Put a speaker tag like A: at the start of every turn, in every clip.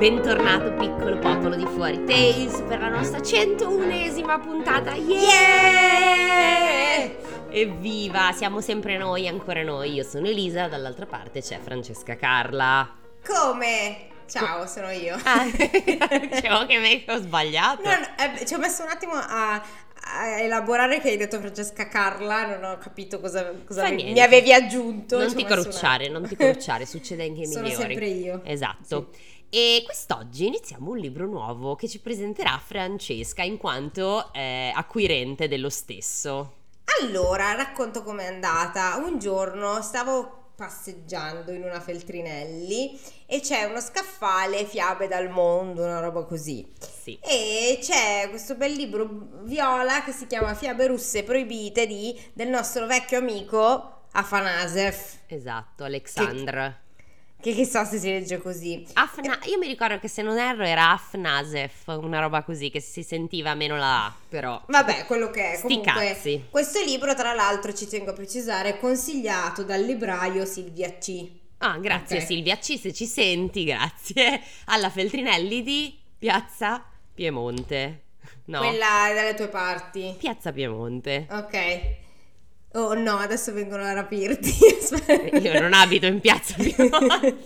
A: Bentornato piccolo popolo di fuori Tales per la nostra 101esima puntata. Yeah! Evviva, siamo sempre noi, ancora noi. Io sono Elisa, dall'altra parte c'è Francesca Carla.
B: Come? Ciao, sono io.
A: Ah, dicevo che me ho sbagliato.
B: No, no, eh, ci ho messo un attimo a, a elaborare che hai detto Francesca Carla, non ho capito cosa, cosa
A: Fa
B: mi-
A: niente.
B: mi avevi aggiunto.
A: non
B: ci ho
A: ti
B: messo un
A: crucciare, non ti crucciare, succede anche ai
B: Sono
A: migliori.
B: sempre io.
A: Esatto. E quest'oggi iniziamo un libro nuovo che ci presenterà Francesca in quanto eh, acquirente dello stesso.
B: Allora, racconto com'è andata. Un giorno stavo passeggiando in una Feltrinelli e c'è uno scaffale fiabe dal mondo, una roba così.
A: Sì.
B: E c'è questo bel libro viola che si chiama Fiabe russe proibite di del nostro vecchio amico Afanasef,
A: Esatto, Alexandra.
B: che chissà se si legge così.
A: Afna- io mi ricordo che se non erro era Afnasef, una roba così che si sentiva meno la A, però.
B: Vabbè, quello che è.
A: Sti
B: Comunque,
A: cazzi.
B: questo libro, tra l'altro, ci tengo a precisare, è consigliato dal libraio Silvia C.
A: Ah, grazie
B: Ok.
A: Silvia C, se ci senti, grazie. Alla Feltrinelli di Piazza Piemonte. No,
B: Quella dalle tue parti.
A: Piazza Piemonte.
B: Ok. Oh no, adesso vengono a rapirti.
A: Io non abito in Piazza Piemonte.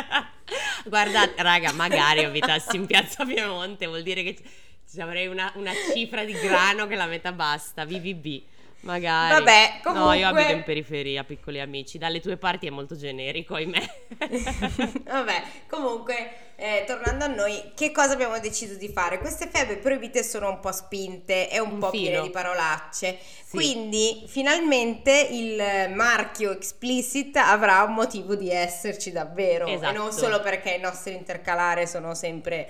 A: Guardate, raga, magari abitassi in Piazza Piemonte, vuol dire che ci- ci avrei una, una cifra di grano che la metà basta, BBB. Magari.
B: Vabbè,
A: No, io abito
B: comunque-
A: in periferia, piccoli amici. Dalle tue parti è molto generico, ahimè.
B: Vabbè, comunque, eh, tornando a noi, che cosa abbiamo deciso di fare? Queste febbre proibite sono un po' spinte e un,
A: Un
B: po'
A: filo.
B: piene di parolacce.
A: Sì.
B: Quindi, finalmente il marchio explicit avrà un motivo di esserci davvero. E
A: Esatto.
B: non solo perché i nostri intercalare sono sempre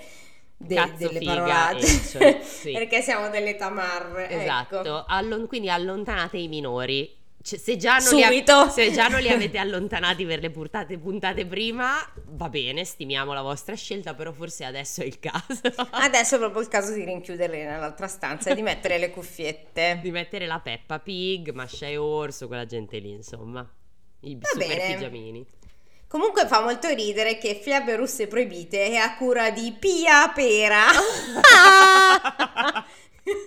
B: de-
A: Cazzo,
B: delle
A: figa,
B: parolacce.
A: e cioè, sì.
B: Perché siamo delle tamarre. ecco.
A: Esatto, Allon- quindi allontanate i minori. Cioè, se, già non li
B: Subito.
A: se già non li avete allontanati per le puntate, puntate prima, va bene, stimiamo la vostra scelta, però forse adesso è il caso
B: Adesso è proprio il caso di rinchiuderle nell'altra stanza e di mettere le cuffiette.
A: di mettere la Peppa Pig, Masha e Orso, quella gente lì, insomma. I super
B: bene.
A: pigiamini.
B: Comunque fa molto ridere che fiabe russe proibite è a cura di Pia Pera.
A: Ah!
B: Ah!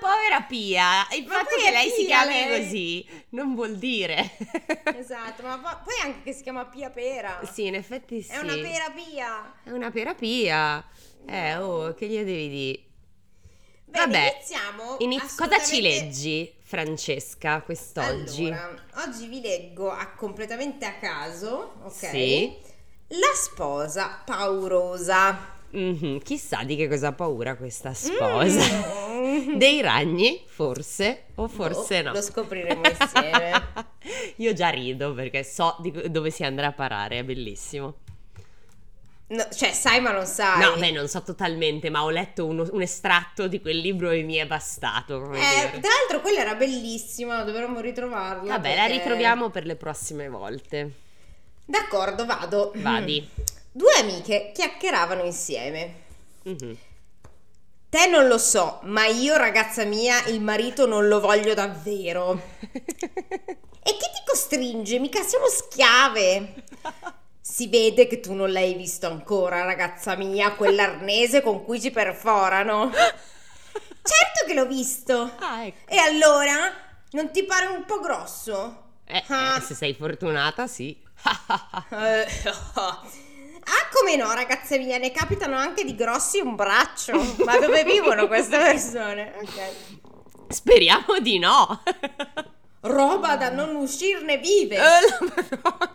A: Povera Pia, il
B: Ma
A: fatto
B: poi
A: che
B: è
A: lei si
B: Pia,
A: chiami
B: lei.
A: così non vuol dire.
B: esatto, ma po- poi anche che si chiama Pia Pera.
A: sì, in effetti sì.
B: È una pera Pia.
A: È una pera Pia. Eh, oh, che gli devi dire?
B: Bene,
A: Vabbè,
B: iniziamo.
A: Iniz- cosa ci
B: assolutamente-
A: leggi, Francesca, quest'oggi?
B: Allora, oggi vi leggo a- completamente a caso, ok?
A: Sì.
B: La sposa paurosa.
A: Mhm, Chissà di che cosa ha paura questa sposa.
B: Mm.
A: Dei ragni, forse, o forse
B: Boh,
A: no.
B: Lo scopriremo insieme.
A: Io già rido perché so di co- dove si andrà a parare, è bellissimo.
B: No, cioè, sai ma non sai.
A: No, beh, non so totalmente, ma ho letto uno- un estratto di quel libro e mi è bastato. Come
B: Eh,
A: dire.
B: tra l'altro quella era bellissima, dovremmo ritrovarla.
A: Vabbè, la
B: perché-
A: ritroviamo per le prossime volte.
B: D'accordo, vado.
A: Vadi.
B: Due amiche chiacchieravano insieme.
A: Mhm.
B: Te non lo so, ma io, ragazza mia, il marito non lo voglio davvero. E chi ti costringe? Mica siamo schiave. Si vede che tu non l'hai visto ancora, ragazza mia, quell'arnese con cui ci perforano. Certo che l'ho visto.
A: ah, ecco.
B: E allora? Non ti pare un po' grosso?
A: Eh,
B: Ah.
A: eh, se sei fortunata, sì.
B: Eh, ah, come no, ragazze mie, ne capitano anche di grossi un braccio. Ma dove vivono queste persone? Ok.
A: Speriamo di no.
B: Roba da non uscirne
A: Eh,
B: vive.
A: la Madonna.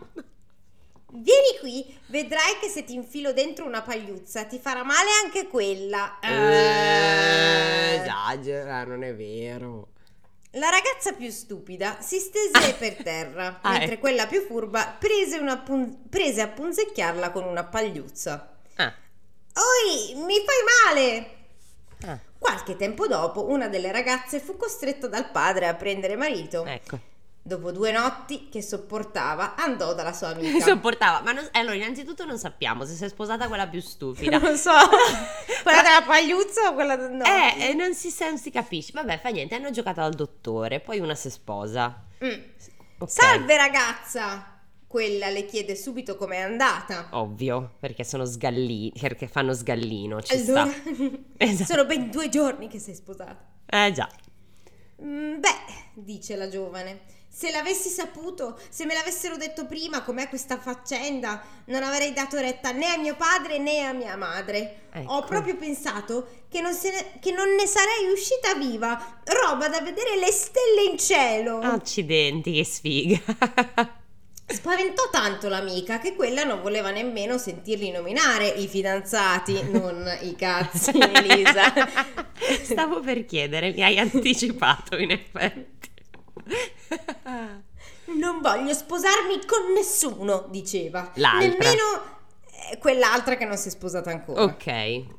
B: Vieni qui, vedrai che se ti infilo dentro una pagliuzza ti farà male anche quella.
A: Eh, esagera, non è vero.
B: La ragazza più stupida si stese per terra,
A: Ah,
B: mentre
A: ecco.
B: quella più furba prese, una pun- prese a punzecchiarla con una pagliuzza.
A: Ah,
B: Oi, mi fai male!
A: ah,
B: Qualche tempo dopo, una delle ragazze fu costretta dal padre a prendere marito.
A: ecco.
B: Dopo due notti che sopportava, andò dalla sua amica.
A: Sopportava. Ma non- allora, innanzitutto non sappiamo se sei sposata quella più stupida.
B: Non so, quella della pagliuzza o quella del no?
A: Eh, eh, non si, sa- non si capisce. Vabbè, fa niente. Hanno giocato al dottore, poi una si sposa.
B: Mm.
A: Ok.
B: Salve ragazza! Quella le chiede subito com'è andata.
A: Ovvio, perché sono sgallini, perché fanno sgallino, ci
B: allora,
A: sta. Esatto.
B: sono ben due giorni che sei sposata.
A: Eh già.
B: "Mm, Beh, dice la giovane, se l'avessi saputo, se me l'avessero detto prima com'è questa faccenda, non avrei dato retta né a mio padre né a mia madre. Ho
A: Ecco.
B: proprio pensato che non, se ne, che non ne sarei uscita viva, roba da vedere le stelle in cielo.
A: Ah. Accidenti, che sfiga.
B: Spaventò tanto l'amica che quella non voleva nemmeno sentirli nominare i fidanzati, non i cazzi, Elisa.
A: Stavo per chiedere, mi hai anticipato in effetti.
B: Non voglio sposarmi con nessuno, diceva.
A: L'altra.
B: Nemmeno eh, quell'altra che non si è sposata ancora.
A: ok.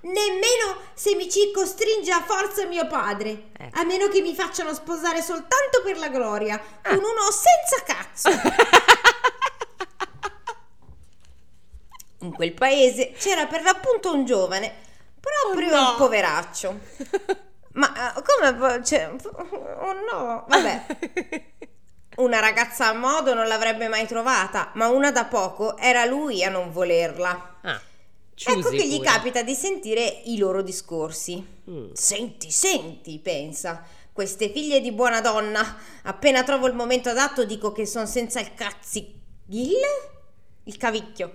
B: Nemmeno se mi ci costringe a forza mio padre.
A: Ecco.
B: A meno che mi facciano sposare soltanto per la gloria,
A: Ah.
B: con uno senza cazzo. In quel paese c'era per l'appunto un giovane, proprio
A: Oh no.
B: un poveraccio. Ma eh, come... vo- Cioè, oh no,
A: Ah.
B: vabbè. Una ragazza a modo non l'avrebbe mai trovata, ma una da poco era lui a non volerla.
A: Ah,
B: ecco
A: ciusi
B: che gli
A: pure.
B: capita di sentire i loro discorsi.
A: Mm.
B: Senti, senti, pensa. Queste figlie di buona donna, appena trovo il momento adatto dico che sono senza il cazzi... Il? Il
A: Eh,
B: cavicchio.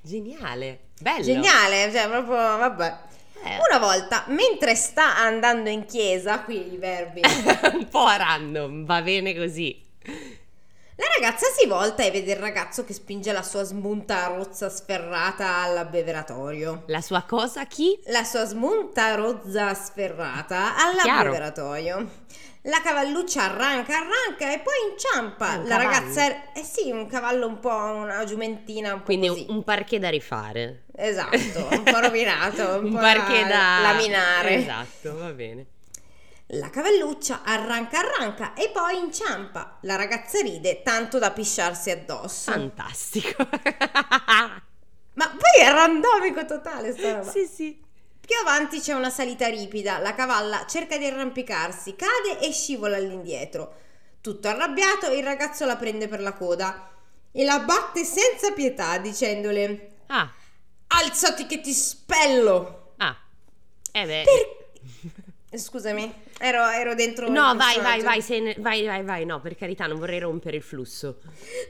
A: Geniale. Bello.
B: Geniale, cioè proprio, vabbè.
A: Eh.
B: Una volta, mentre sta andando in chiesa, qui i verbi,
A: Un po' a random, va bene così.
B: La ragazza si volta e vede il ragazzo che spinge la sua smunta rozza sferrata all'abbeveratoio.
A: La sua cosa chi?
B: La sua smunta rozza sferrata
A: Chiaro.
B: all'abbeveratoio. La cavalluccia arranca, arranca e poi
A: Ah,
B: inciampa.
A: un
B: La
A: cavallo.
B: ragazza è, eh sì, un cavallo un po', una giumentina un po'
A: Quindi
B: così.
A: un parquet da rifare.
B: Esatto, un po' rovinato, un,
A: un
B: po'
A: parquet da
B: laminare.
A: Esatto, va bene.
B: La cavalluccia arranca, arranca e poi inciampa. La ragazza ride tanto da pisciarsi addosso.
A: Fantastico.
B: Ma poi è randomico totale sta roba.
A: sì, sì.
B: Più avanti c'è una salita ripida, la cavalla cerca di arrampicarsi, cade e scivola all'indietro. Tutto arrabbiato, il ragazzo la prende per la coda e la batte senza pietà dicendole
A: Ah,
B: Alzati che ti spello!
A: ah. Eh beh.
B: Per... Scusami, ero, ero dentro... il
A: No, vai,
B: personaggio.
A: vai, vai, se ne- vai, vai, vai, no, per carità, non vorrei rompere il flusso.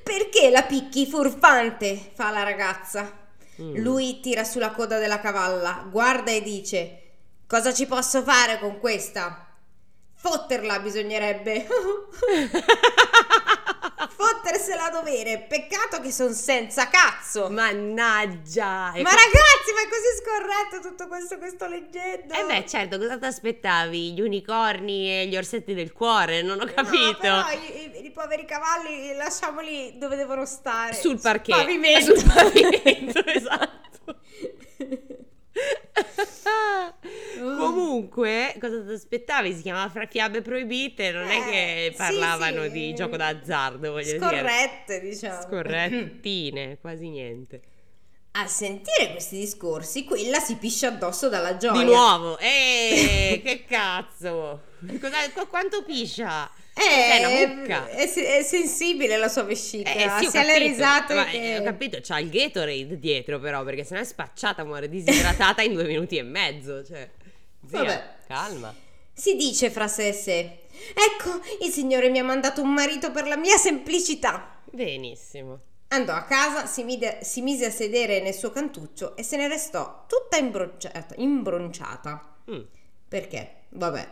B: Perché la picchi furfante? fa la ragazza.
A: Mm.
B: Lui tira sulla coda della cavalla, guarda e dice: Cosa ci posso fare con questa? Fotterla bisognerebbe. Fottersela a dovere. Peccato che sono senza cazzo. Ma,
A: Mannaggia! Mm. E qua-
B: ragazzi, ma è così scorretto tutto questo che sto leggendo.
A: Eh beh, certo, cosa ti aspettavi? Gli unicorni e gli orsetti del cuore, non ho
B: No,
A: capito.
B: però i, i- i poveri cavalli lasciamoli dove devono stare.
A: Sul parquet.
B: eh, Pavimento.
A: Sul pavimento, esatto.
B: Uh.
A: Comunque, cosa ti aspettavi? Si chiamava Fra Fiabe Proibite, non è
B: Eh,
A: che
B: sì,
A: parlavano
B: sì.
A: di gioco d'azzardo, voglio dire.
B: Scorrette, diciamo.
A: Scorrettine, quasi niente.
B: Al sentire questi discorsi, quella si piscia addosso dalla gioia.
A: Di nuovo, eh, che cazzo! Cosa- qu- quanto piscia? Cos'è,
B: È,
A: una Eh, mucca?
B: Eh, è se- è sensibile la sua vescica,
A: Eh, sì, ho
B: sia le
A: capito,
B: risate
A: ma,
B: che...
A: eh, Ho capito, c'ha il Gatorade dietro però, perché sennò è spacciata, muore disidratata in due minuti e mezzo, cioè... Zia,
B: Vabbè.
A: calma.
B: Si dice fra sé e sé, ecco, il Signore mi ha mandato un marito per la mia semplicità.
A: Benissimo.
B: Andò a casa, si, mide- si mise a sedere nel suo cantuccio e se ne restò tutta imbronciata. imbronciata.
A: Mm.
B: Perché? Vabbè.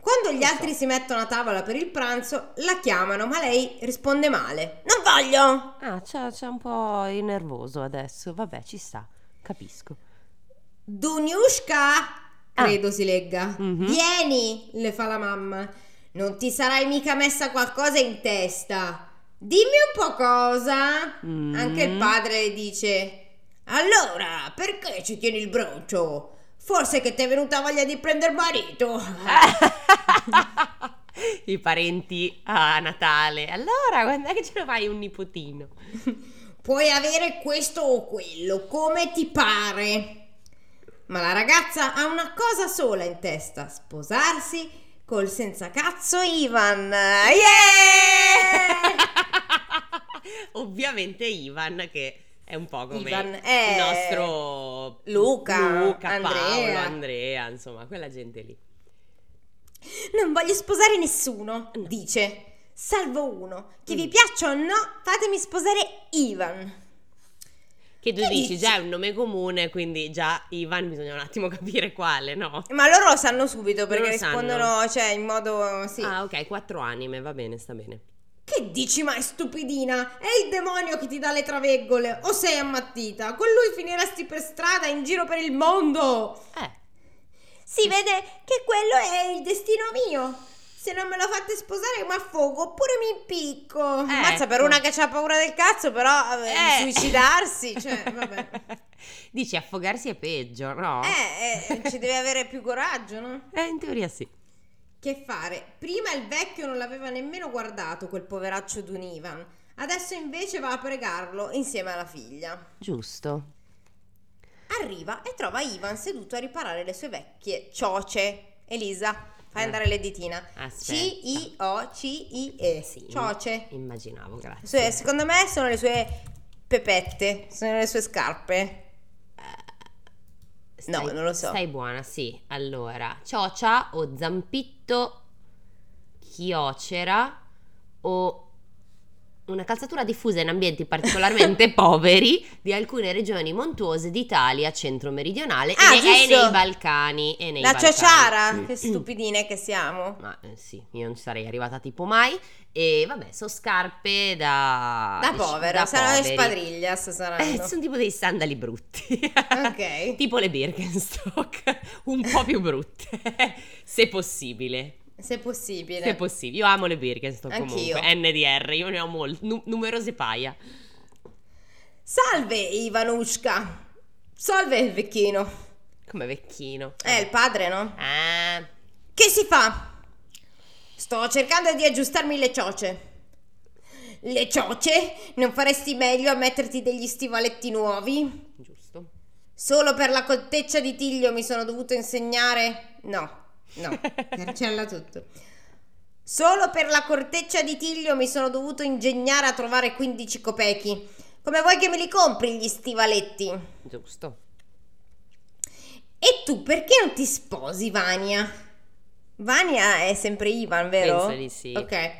B: Quando gli
A: Non so.
B: altri si mettono a tavola per il pranzo, la chiamano, ma lei risponde male. Non voglio!
A: Ah, c'è, un po' nervoso adesso, vabbè, ci sta, capisco.
B: Duniushka! Credo si legga.
A: Ah. Mhm.
B: Vieni, le fa la mamma. Non ti sarai mica messa qualcosa in testa. Dimmi un po' cosa.
A: Mm.
B: Anche il padre le dice. Allora, perché ci tieni il broncio? Forse che ti è venuta voglia di prendere marito.
A: I parenti a Natale. Allora, quando è che ce lo fai un nipotino?
B: Puoi avere questo o quello, come ti pare. Ma la ragazza ha una cosa sola in testa, sposarsi Col senza cazzo Ivan. Yeah!
A: Ovviamente Ivan che è un po' come
B: Ivan
A: il
B: è
A: nostro
B: Luca,
A: Luca, Paolo,
B: Andrea.
A: Andrea, insomma, quella gente lì.
B: Non voglio sposare nessuno, dice. Salvo uno. Che vi piaccia o no, fatemi sposare Ivan.
A: Che tu
B: Che
A: dici,
B: dici?
A: già è un nome comune, quindi già Ivan bisogna un attimo capire quale, no?
B: Ma loro lo sanno subito perché
A: Loro sanno.
B: rispondono, cioè, in modo... Sì.
A: Ah, ok, quattro anime, va bene, sta bene.
B: Che dici mai, stupidina? È il demonio che ti dà le traveggole. O sei ammattita? Con lui finiresti per strada, in giro per il mondo.
A: Eh,
B: Si vede che quello è il destino mio. Se non me lo fate sposare mi affogo oppure mi impicco. Mazza per
A: ecco.
B: una che ha paura del cazzo, però eh,
A: Eh.
B: suicidarsi, cioè, vabbè.
A: Dici, affogarsi è peggio, no?
B: Eh, eh, ci deve avere più coraggio, no?
A: Eh, in teoria sì.
B: Che fare? Prima il vecchio non l'aveva nemmeno guardato quel poveraccio d'un Ivan. Adesso invece va a pregarlo insieme alla figlia.
A: Giusto.
B: Arriva e trova Ivan seduto a riparare le sue vecchie cioce. Elisa, fai andare le ditina.
A: Eh. Aspetta.
B: C-I-O-C-I-E.
A: Sì.
B: Cioè,
A: Immaginavo, grazie.
B: secondo me sono le sue pepette, sono le sue scarpe.
A: Stai-
B: no, non lo so.
A: Stai buona, sì. Allora, ciocia o zampitto, chiocera o una calzatura diffusa in ambienti particolarmente poveri di alcune regioni montuose d'Italia centro-meridionale
B: Ah,
A: e, ne- e
B: giusto.
A: nei Balcani. E nei
B: La
A: Balcani.
B: ciociara, che stupidine che siamo.
A: Ma eh, sì, io non ci sarei arrivata tipo mai. E vabbè, sono scarpe da...
B: Da
A: dic-
B: povera,
A: da
B: saranno le
A: poveri.
B: spadriglias, saranno.
A: Eh, sono tipo dei sandali brutti.
B: Ah. Ok.
A: tipo le Birkenstock, un po' più brutte, se possibile.
B: Se possibile.
A: Se possibile. Io amo le Birkenstock
B: Anch'io.
A: comunque, NDR, io ne ho mol- nu- numerose paia.
B: Salve Ivanushka. Salve il vecchino.
A: Come vecchino.
B: Eh, il padre, no?
A: Ah,
B: Che si fa? Sto cercando di aggiustarmi le cioce. Le cioce? Non faresti meglio a metterti degli stivaletti nuovi?
A: giusto.
B: Solo per la colteccia di Tiglio mi sono dovuto insegnare? No, no, cancella tutto. Solo per la corteccia di Tiglio mi sono dovuto ingegnare a trovare 15 copechi. Come vuoi che me li compri gli stivaletti?
A: Giusto.
B: E tu perché non ti sposi, Vania? Vania è sempre Ivan, vero?
A: Penso di sì.
B: Ok. E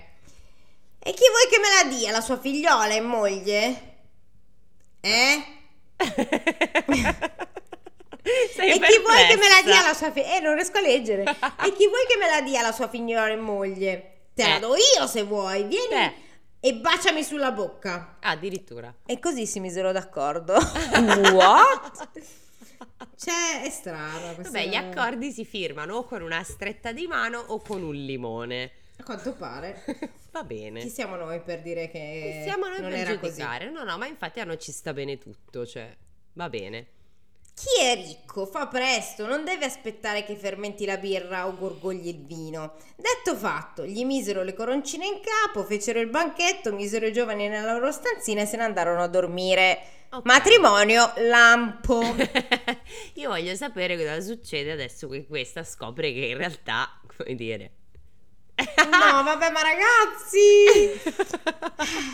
B: chi vuoi che me la dia, la sua figliola in moglie? Eh?
A: Sei
B: e chi vuoi che me la dia
A: perplessa.
B: la sua figliola? Eh, non riesco a leggere. e chi vuoi che me la dia la sua figliola in moglie? Te la
A: Eh.
B: do io se vuoi, vieni
A: Eh.
B: e baciami sulla bocca.
A: Ah, addirittura.
B: E così si misero d'accordo. What? Cioè, è strano. questa-
A: Vabbè, gli accordi si firmano o con una stretta di mano o con un limone.
B: A quanto pare.
A: Va bene.
B: Chi siamo noi per dire che
A: Chi siamo noi
B: non
A: per
B: era
A: giudicare? No, no, ma infatti a noi ci sta bene tutto, cioè va bene.
B: così? Chi è ricco fa presto, non deve aspettare che fermenti la birra o gorgogli il vino. Detto fatto, gli misero le coroncine in capo, fecero il banchetto, misero i giovani nella loro stanzina e se ne andarono a dormire.
A: Ok.
B: Matrimonio lampo.
A: Io voglio sapere cosa succede adesso che questa scopre che in realtà, come dire...
B: No, vabbè, ma ragazzi!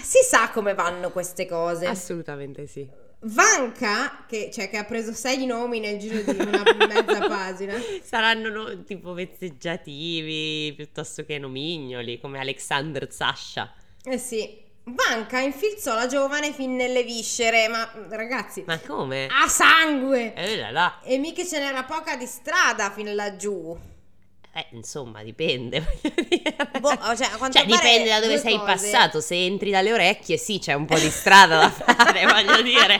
B: Si sa come vanno queste cose.
A: Assolutamente sì.
B: Vanca, che, cioè, che ha preso sei nomi nel giro di una mezza pagina.
A: Saranno no- tipo vezzeggiativi piuttosto che nomignoli, come Alexander Sasha.
B: Eh sì. Vanca infilzò la giovane fin nelle viscere, ma mm, ragazzi,
A: Ma come?
B: a sangue!
A: Eh là là.
B: E mica ce n'era poca di strada fin laggiù.
A: Eh, insomma, dipende. voglio dire.
B: Boh, cioè, a quanto
A: Cioè,
B: pare
A: dipende da dove
B: due
A: sei
B: cose.
A: passato. Se entri dalle orecchie, sì, c'è un po' di strada da fare, voglio dire.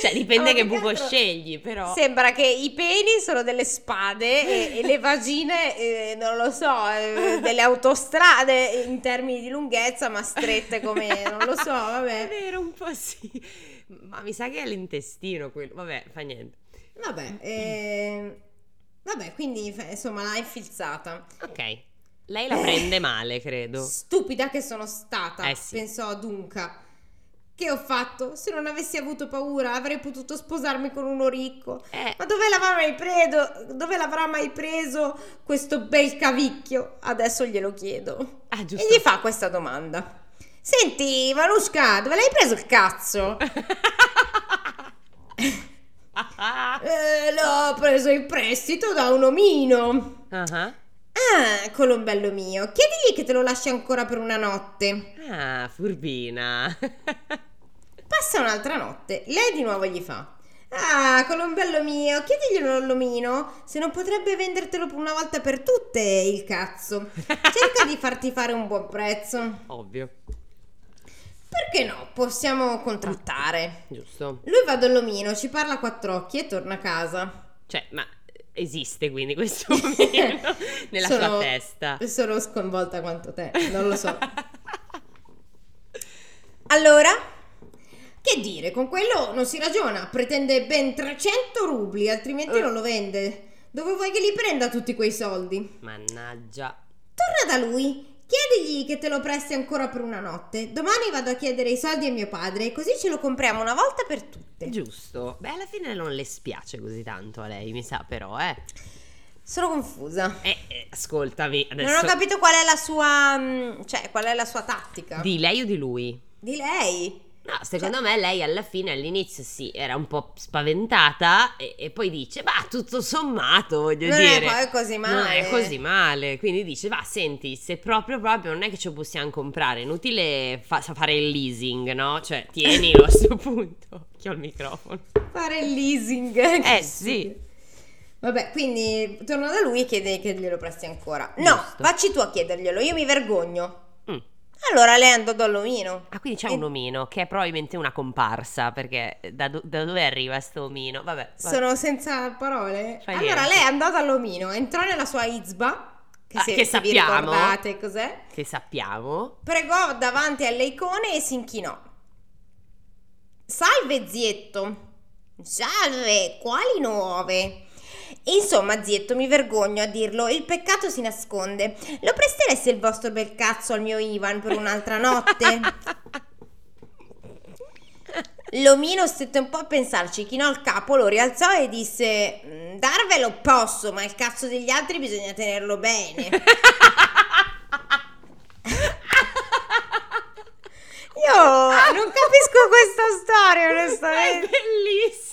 A: Cioè,
B: Ma
A: dipende che
B: più
A: buco
B: altro
A: scegli, però.
B: Sembra che i peni sono delle spade e, e le vagine, eh, non lo so, eh, delle autostrade in termini di lunghezza, ma strette come, non lo so,
A: È
B: vabbè.
A: vero, un po' sì. Ma mi sa che è l'intestino quello. Vabbè, fa niente.
B: Vabbè, eh, vabbè, quindi fa- insomma l'ha infilzata.
A: Ok. Lei la prende male, credo.
B: Stupida che sono
A: Esatto.
B: stata,
A: Eh sì.
B: pensò a Dunca. Che ho fatto? Se non avessi avuto paura avrei potuto sposarmi con uno ricco.
A: Eh,
B: Ma dove l'avrà mai preso? Dove l'avrà mai preso questo bel cavicchio? Adesso glielo chiedo.
A: ah,
B: E
A: giusto.
B: gli fa questa domanda. Senti, Manushka, dove l'hai preso il cazzo?
A: Ah,
B: "Eh, l'ho preso in prestito da un omino.
A: ah.
B: Ah, colombello mio, chiedigli che te lo lasci ancora per una notte.
A: Ah, furbina.
B: Passa un'altra notte, lei di nuovo gli fa. Ah, colombello mio, chiediglielo all'omino se non potrebbe vendertelo per una volta per tutte il cazzo. Cerca di farti fare un buon prezzo.
A: Ovvio,
B: Perché no? Possiamo contrattare.
A: giusto.
B: Lui va dall'omino, ci parla a quattro occhi e torna a casa.
A: Cioè, ma esiste quindi questo omino nella
B: Sono-
A: sua testa.
B: Sono sconvolta quanto te, non lo so. Allora, che dire, con quello non si ragiona, pretende ben 300 rubli, altrimenti
A: Eh.
B: non lo vende. Dove vuoi che li prenda tutti quei soldi?
A: Mannaggia.
B: Torna da lui, chiedigli che te lo presti ancora per una notte. Domani vado a chiedere i soldi a mio padre, così ce lo compriamo una volta per tutte.
A: Giusto. Beh, alla fine non le spiace così tanto a lei, mi sa, però, eh.
B: Sono confusa.
A: Eh, eh, ascoltami, adesso...
B: Non ho capito qual è la sua. mm, cioè, qual è la sua tattica.
A: Di lei o di lui?
B: Di lei.
A: No, secondo
B: Cioè
A: me lei alla fine, all'inizio sì, era un po' spaventata e, e poi dice, bah, tutto sommato, voglio
B: non
A: dire...
B: è poi così male.
A: Non è così male, quindi dice, va, senti, se proprio proprio non è che ce lo possiamo comprare, è inutile fa- fare il leasing, no? Cioè, tienilo a sto punto, che ho il microfono.
B: Fare il leasing.
A: Eh, sì.
B: Vabbè, quindi torno da lui e chiede che glielo presti ancora. No,
A: Giusto.
B: vacci tu a chiederglielo, io mi vergogno.
A: Mm.
B: Allora lei andò dall'omino.
A: Ah, quindi c'è
B: E-
A: un omino che è probabilmente una comparsa, perché da, do- da dove arriva sto omino? Vabbè, vabbè.
B: Sono senza parole.
A: Fai
B: allora
A: niente.
B: lei andò dall'omino, entrò nella sua izba, che
A: Ah,
B: se,
A: che
B: se vi
A: sappiamo.
B: ricordate cos'è,
A: che sappiamo.
B: pregò davanti alle icone e si inchinò. Salve zietto. Salve, quali nuove? Insomma, zietto, mi vergogno a dirlo, il peccato si nasconde. Lo prestereste il vostro bel cazzo al mio Ivan per un'altra notte? L'omino stette un po' a pensarci, chinò il capo, lo rialzò e disse: "Mm, Darvelo posso, ma il cazzo degli altri bisogna tenerlo bene. Io non capisco questa storia,
A: È
B: onestamente.
A: bellissimo.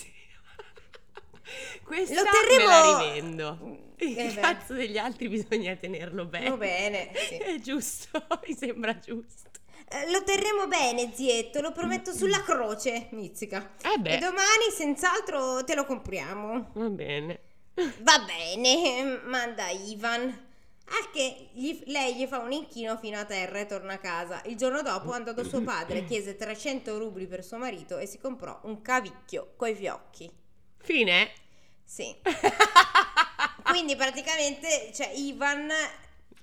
A: Questa
B: Lo
A: me la
B: terremo-
A: rivendo. Il
B: Eh beh.
A: cazzo degli altri bisogna tenerlo bene.
B: Va bene, sì.
A: È giusto, mi sembra giusto.
B: Eh, Lo terremo bene, zietto, lo
A: Mm.
B: prometto sulla croce, mizzica.
A: Eh
B: E domani senz'altro te lo compriamo.
A: va bene.
B: Va bene, manda Ivan. Al che gli- lei gli fa un inchino fino a terra e torna a casa. Il giorno dopo andò da suo padre, chiese 300 rubli per suo marito e si comprò un cavicchio coi fiocchi.
A: Fine?
B: Sì. Quindi praticamente, cioè, Ivan...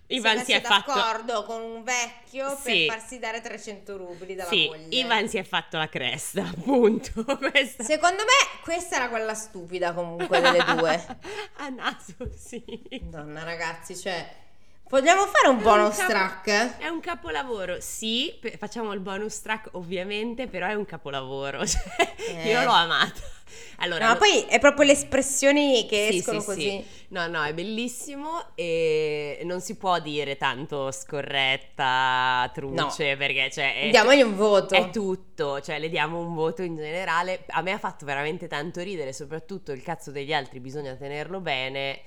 A: Ivan si è
B: messo
A: fatto...
B: d'accordo con un vecchio
A: Sì.
B: per farsi dare 300 rubli dalla
A: Sì,
B: moglie.
A: Ivan si è fatto la cresta, appunto. Questa...
B: Secondo me questa era quella stupida comunque delle due.
A: A naso, sì.
B: Madonna ragazzi, cioè... Vogliamo fare un
A: È un
B: bonus
A: capo-
B: track?
A: È un capolavoro, sì, pe- facciamo il bonus track ovviamente, però è un capolavoro. cioè,
B: Eh.
A: Io l'ho amata. Allora,
B: No,
A: lo-
B: ma poi è proprio le espressioni che
A: Sì,
B: escono
A: sì,
B: così.
A: sì. No, no, è bellissimo e non si può dire tanto scorretta, truce, perché cioè... È...
B: Diamogli un voto.
A: È tutto, cioè le diamo un voto in generale. A me ha fatto veramente tanto ridere, soprattutto il cazzo degli altri, bisogna tenerlo bene.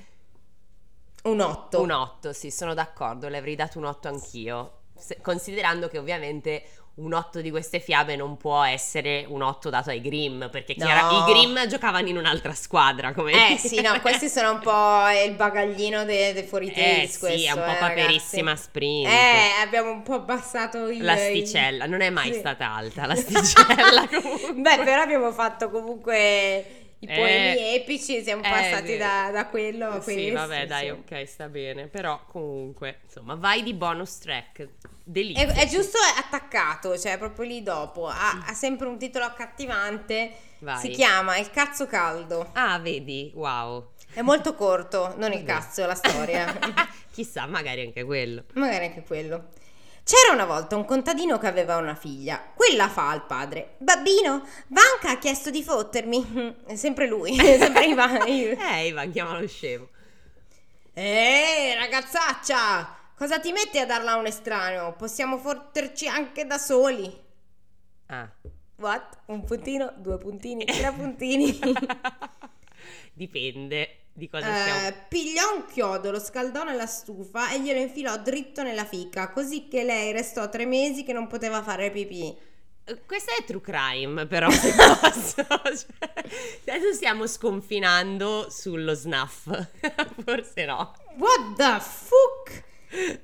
B: Un 8.
A: Un 8, sì, sono d'accordo, le avrei dato un 8 anch'io. Se- considerando che ovviamente un 8 di queste fiabe non può essere un 8 dato ai Grimm, perché
B: No.
A: chiara- i Grimm giocavano in un'altra squadra, come
B: Eh sì, no, questi sono un po' il bagaglino dei de fuori
A: Eh
B: taste,
A: sì,
B: questo,
A: è un po'
B: eh,
A: paperissima
B: ragazzi.
A: sprint.
B: Eh, abbiamo un po' abbassato il...
A: L'asticella, non è mai
B: Sì.
A: stata alta l'asticella comunque.
B: il- Beh, però abbiamo fatto comunque i
A: Eh,
B: poemi epici, siamo
A: eh,
B: passati
A: sì.
B: da, da quello a
A: Sì,
B: questo.
A: vabbè, dai,
B: sì.
A: ok, sta bene. Però comunque, insomma, vai di bonus track. Delizia.
B: È, è giusto attaccato, cioè proprio lì dopo. Ha, ha sempre un titolo accattivante.
A: Mm. Vai.
B: Si chiama Il cazzo caldo.
A: Ah, vedi, wow.
B: È molto corto, non il
A: Vabbè.
B: cazzo, la storia.
A: Chissà, magari anche quello.
B: Magari anche quello. C'era una volta un contadino che aveva una figlia. Quella fa al padre: Babbino, Vanca ha chiesto di fottermi. È sempre lui, è sempre Ivan.
A: Eh, Ivan, chiamalo scemo.
B: Ehi, ragazzaccia, cosa ti metti a darla a un estraneo? Possiamo fotterci anche da soli.
A: Ah.
B: What? Un puntino, due puntini, tre puntini.
A: Dipende di cosa stiamo...
B: Eh, pigliò un chiodo, lo scaldò nella stufa e glielo infilò dritto nella fica, così che lei restò tre mesi che non poteva fare pipì.
A: Eh, Questo è true crime, però se posso. Cioè, adesso stiamo sconfinando sullo snuff. Forse no.
B: What the fuck?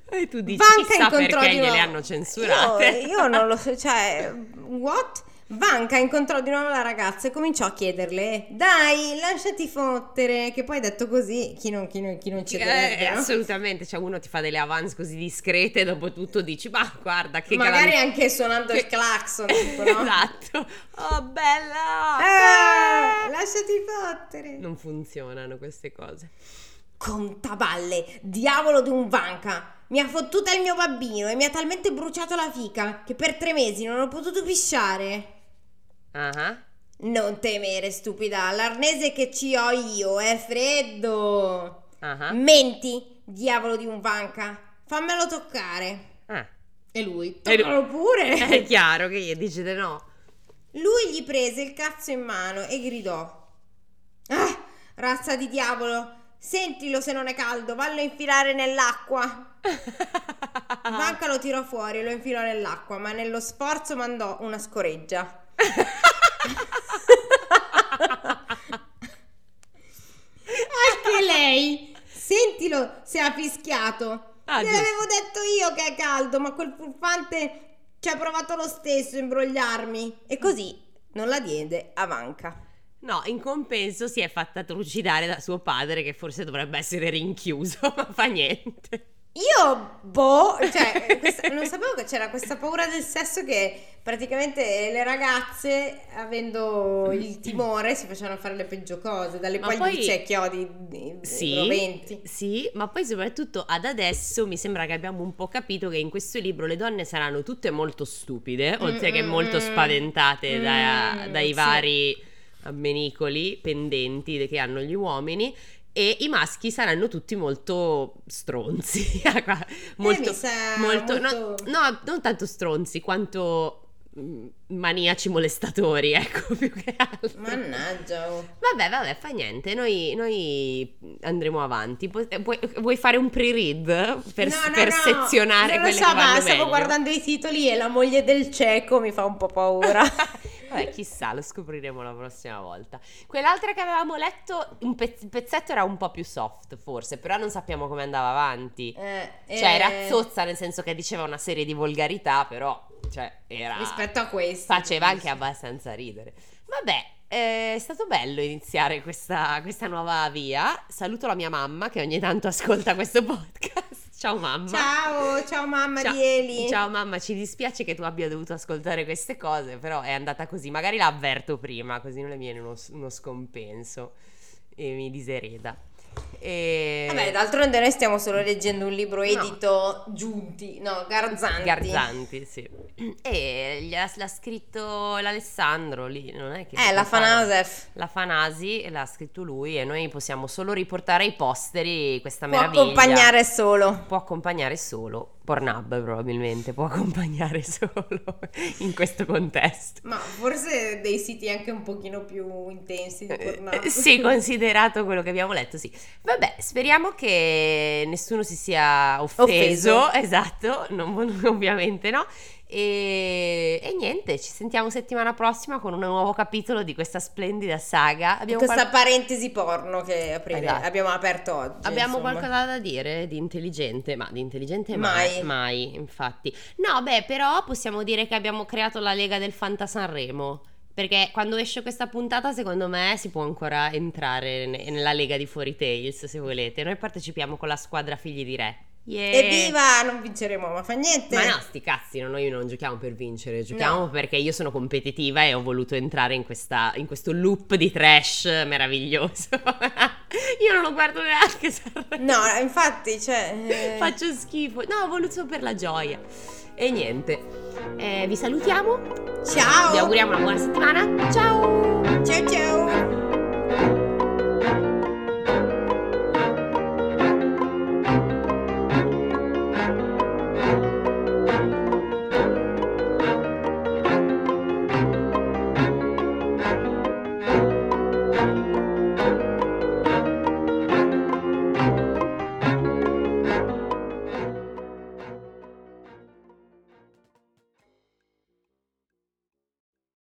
A: E tu dici
B: Vanca
A: chissà
B: incontrò
A: perché
B: di
A: gliele
B: nuovo-
A: hanno censurate.
B: Io, io non lo so, cioè, what? Vanca incontrò di nuovo la ragazza e cominciò a chiederle: Dai, lasciati fottere. Che poi detto così, chi non, chi non, chi non
A: Eh,
B: cederebbe, no?
A: assolutamente, cioè uno ti fa delle avance così discrete, dopo tutto dici, ma guarda che
B: Magari
A: calamità."
B: anche suonando il clacson, tipo, no?
A: esatto. Oh, bella! Ah!
B: Eh, lasciati fottere.
A: Non funzionano queste cose.
B: Contaballe, diavolo di un vanca! Mi ha fottuta il mio babbino e mi ha talmente bruciato la fica che per tre mesi non ho potuto pisciare.
A: Ah ah.
B: Non temere, stupida, l'arnese che ci ho io è freddo.
A: ah ah.
B: Menti, diavolo di un vanca, fammelo toccare.
A: Ah,
B: E lui,
A: E lui-
B: toccalo pure.
A: È chiaro che gli dici di no.
B: Lui gli prese il cazzo in mano e gridò: Ah, razza di diavolo, sentilo se non è caldo, vallo a infilare nell'acqua. Manca lo tirò fuori e lo infilò nell'acqua, ma nello sforzo mandò una scoreggia. Anche lei! Sentilo se ha fischiato.
A: Ah,
B: Te
A: giusto.
B: l'avevo detto io che è caldo, ma quel furfante ci ha provato lo stesso a imbrogliarmi. E così non la diede a Vanca.
A: No, in compenso si è fatta trucidare da suo padre che forse dovrebbe essere rinchiuso, ma fa niente.
B: Io, boh, cioè, eh, questa- non sapevo che c'era questa paura del sesso che praticamente le ragazze, avendo il timore, si facevano fare le peggio cose, dalle
A: Ma
B: quali
A: poi-
B: di secchio, di, di
A: Sì,
B: roventi.
A: sì, ma poi soprattutto ad adesso mi sembra che abbiamo un po' capito che in questo libro le donne saranno tutte molto stupide, oltre che
B: mm,
A: molto
B: mm.
A: spaventate da-
B: Mm,
A: dai
B: sì.
A: vari ammenicoli pendenti che hanno gli uomini. E i maschi saranno tutti molto stronzi, molto,
B: Eh, mi sa
A: molto, no,
B: molto-
A: no, non tanto stronzi quanto mm, maniaci molestatori, ecco, più che altro.
B: Mannaggia, oh.
A: Vabbè, vabbè, fa niente, noi, noi andremo avanti. Pu- eh, Vuoi, vuoi fare un pre-read per,
B: No, no,
A: per
B: no,
A: sezionare
B: non lo
A: quelle
B: so,
A: che vanno
B: ma stavo
A: meglio?
B: guardando i titoli e la moglie del cieco mi fa un po' paura.
A: Vabbè, chissà, lo scopriremo la prossima volta. Quell'altra che avevamo letto, un pez- il pezzetto era un po' più soft, forse, però non sappiamo come andava avanti.
B: Eh,
A: Cioè,
B: eh,
A: era zozza, nel senso che diceva una serie di volgarità, però, cioè, era...
B: Rispetto a questo.
A: faceva anche abbastanza ridere. Vabbè, eh, è stato bello iniziare questa, questa nuova via. Saluto la mia mamma che ogni tanto ascolta questo podcast. Ciao mamma.
B: Ciao, ciao mamma
A: Ciao-
B: di Eli.
A: Ciao mamma, ci dispiace che tu abbia dovuto ascoltare queste cose, però è andata così. Magari la avverto prima, così non le viene uno, uno scompenso e mi disereda. E...
B: Vabbè, d'altronde noi stiamo solo leggendo un libro
A: No.
B: edito Giunti, no, Garzanti.
A: Garzanti, sì. E gli ha- l'ha scritto l'Alessandro lì, non è che...
B: Eh, la Fanasef.
A: La Fanasi l'ha scritto lui e noi possiamo solo riportare ai posteri questa
B: Può
A: meraviglia.
B: accompagnare solo.
A: Può accompagnare solo Pornhub probabilmente, può accompagnare solo in questo contesto.
B: Ma forse dei siti anche un pochino più intensi di Pornhub.
A: Eh, Sì, considerato quello che abbiamo letto, sì. Vabbè, speriamo che nessuno si sia offeso.
B: Offeso.
A: Esatto, non- non- ovviamente no. E, e niente, ci sentiamo settimana prossima con un nuovo capitolo di questa splendida saga. Abbiamo,
B: Questa
A: qual-
B: parentesi porno che aprire-
A: Esatto.
B: abbiamo aperto oggi.
A: abbiamo
B: insomma.
A: qualcosa da dire di intelligente, ma di intelligente mai,
B: Mai.
A: mai, infatti. No, beh, però possiamo dire che abbiamo creato la Lega del Fanta Sanremo. Perché quando esce questa puntata, secondo me si può ancora entrare ne- nella Lega di Fuori Tales, se volete. Noi partecipiamo con la squadra Figli di Re. Yeah.
B: Evviva, non vinceremo, ma fa niente.
A: Ma no, sti cazzi, no, noi non giochiamo per vincere, giochiamo
B: No.
A: perché io sono competitiva e ho voluto entrare in, questa, in questo loop di trash meraviglioso. io non lo guardo neanche Sanremo.
B: No, infatti, cioè... eh,
A: Faccio schifo. No, ho voluto solo per la gioia. E niente, eh, vi salutiamo.
B: Ciao.
A: Vi auguriamo una buona settimana. Ciao.
B: Ciao ciao.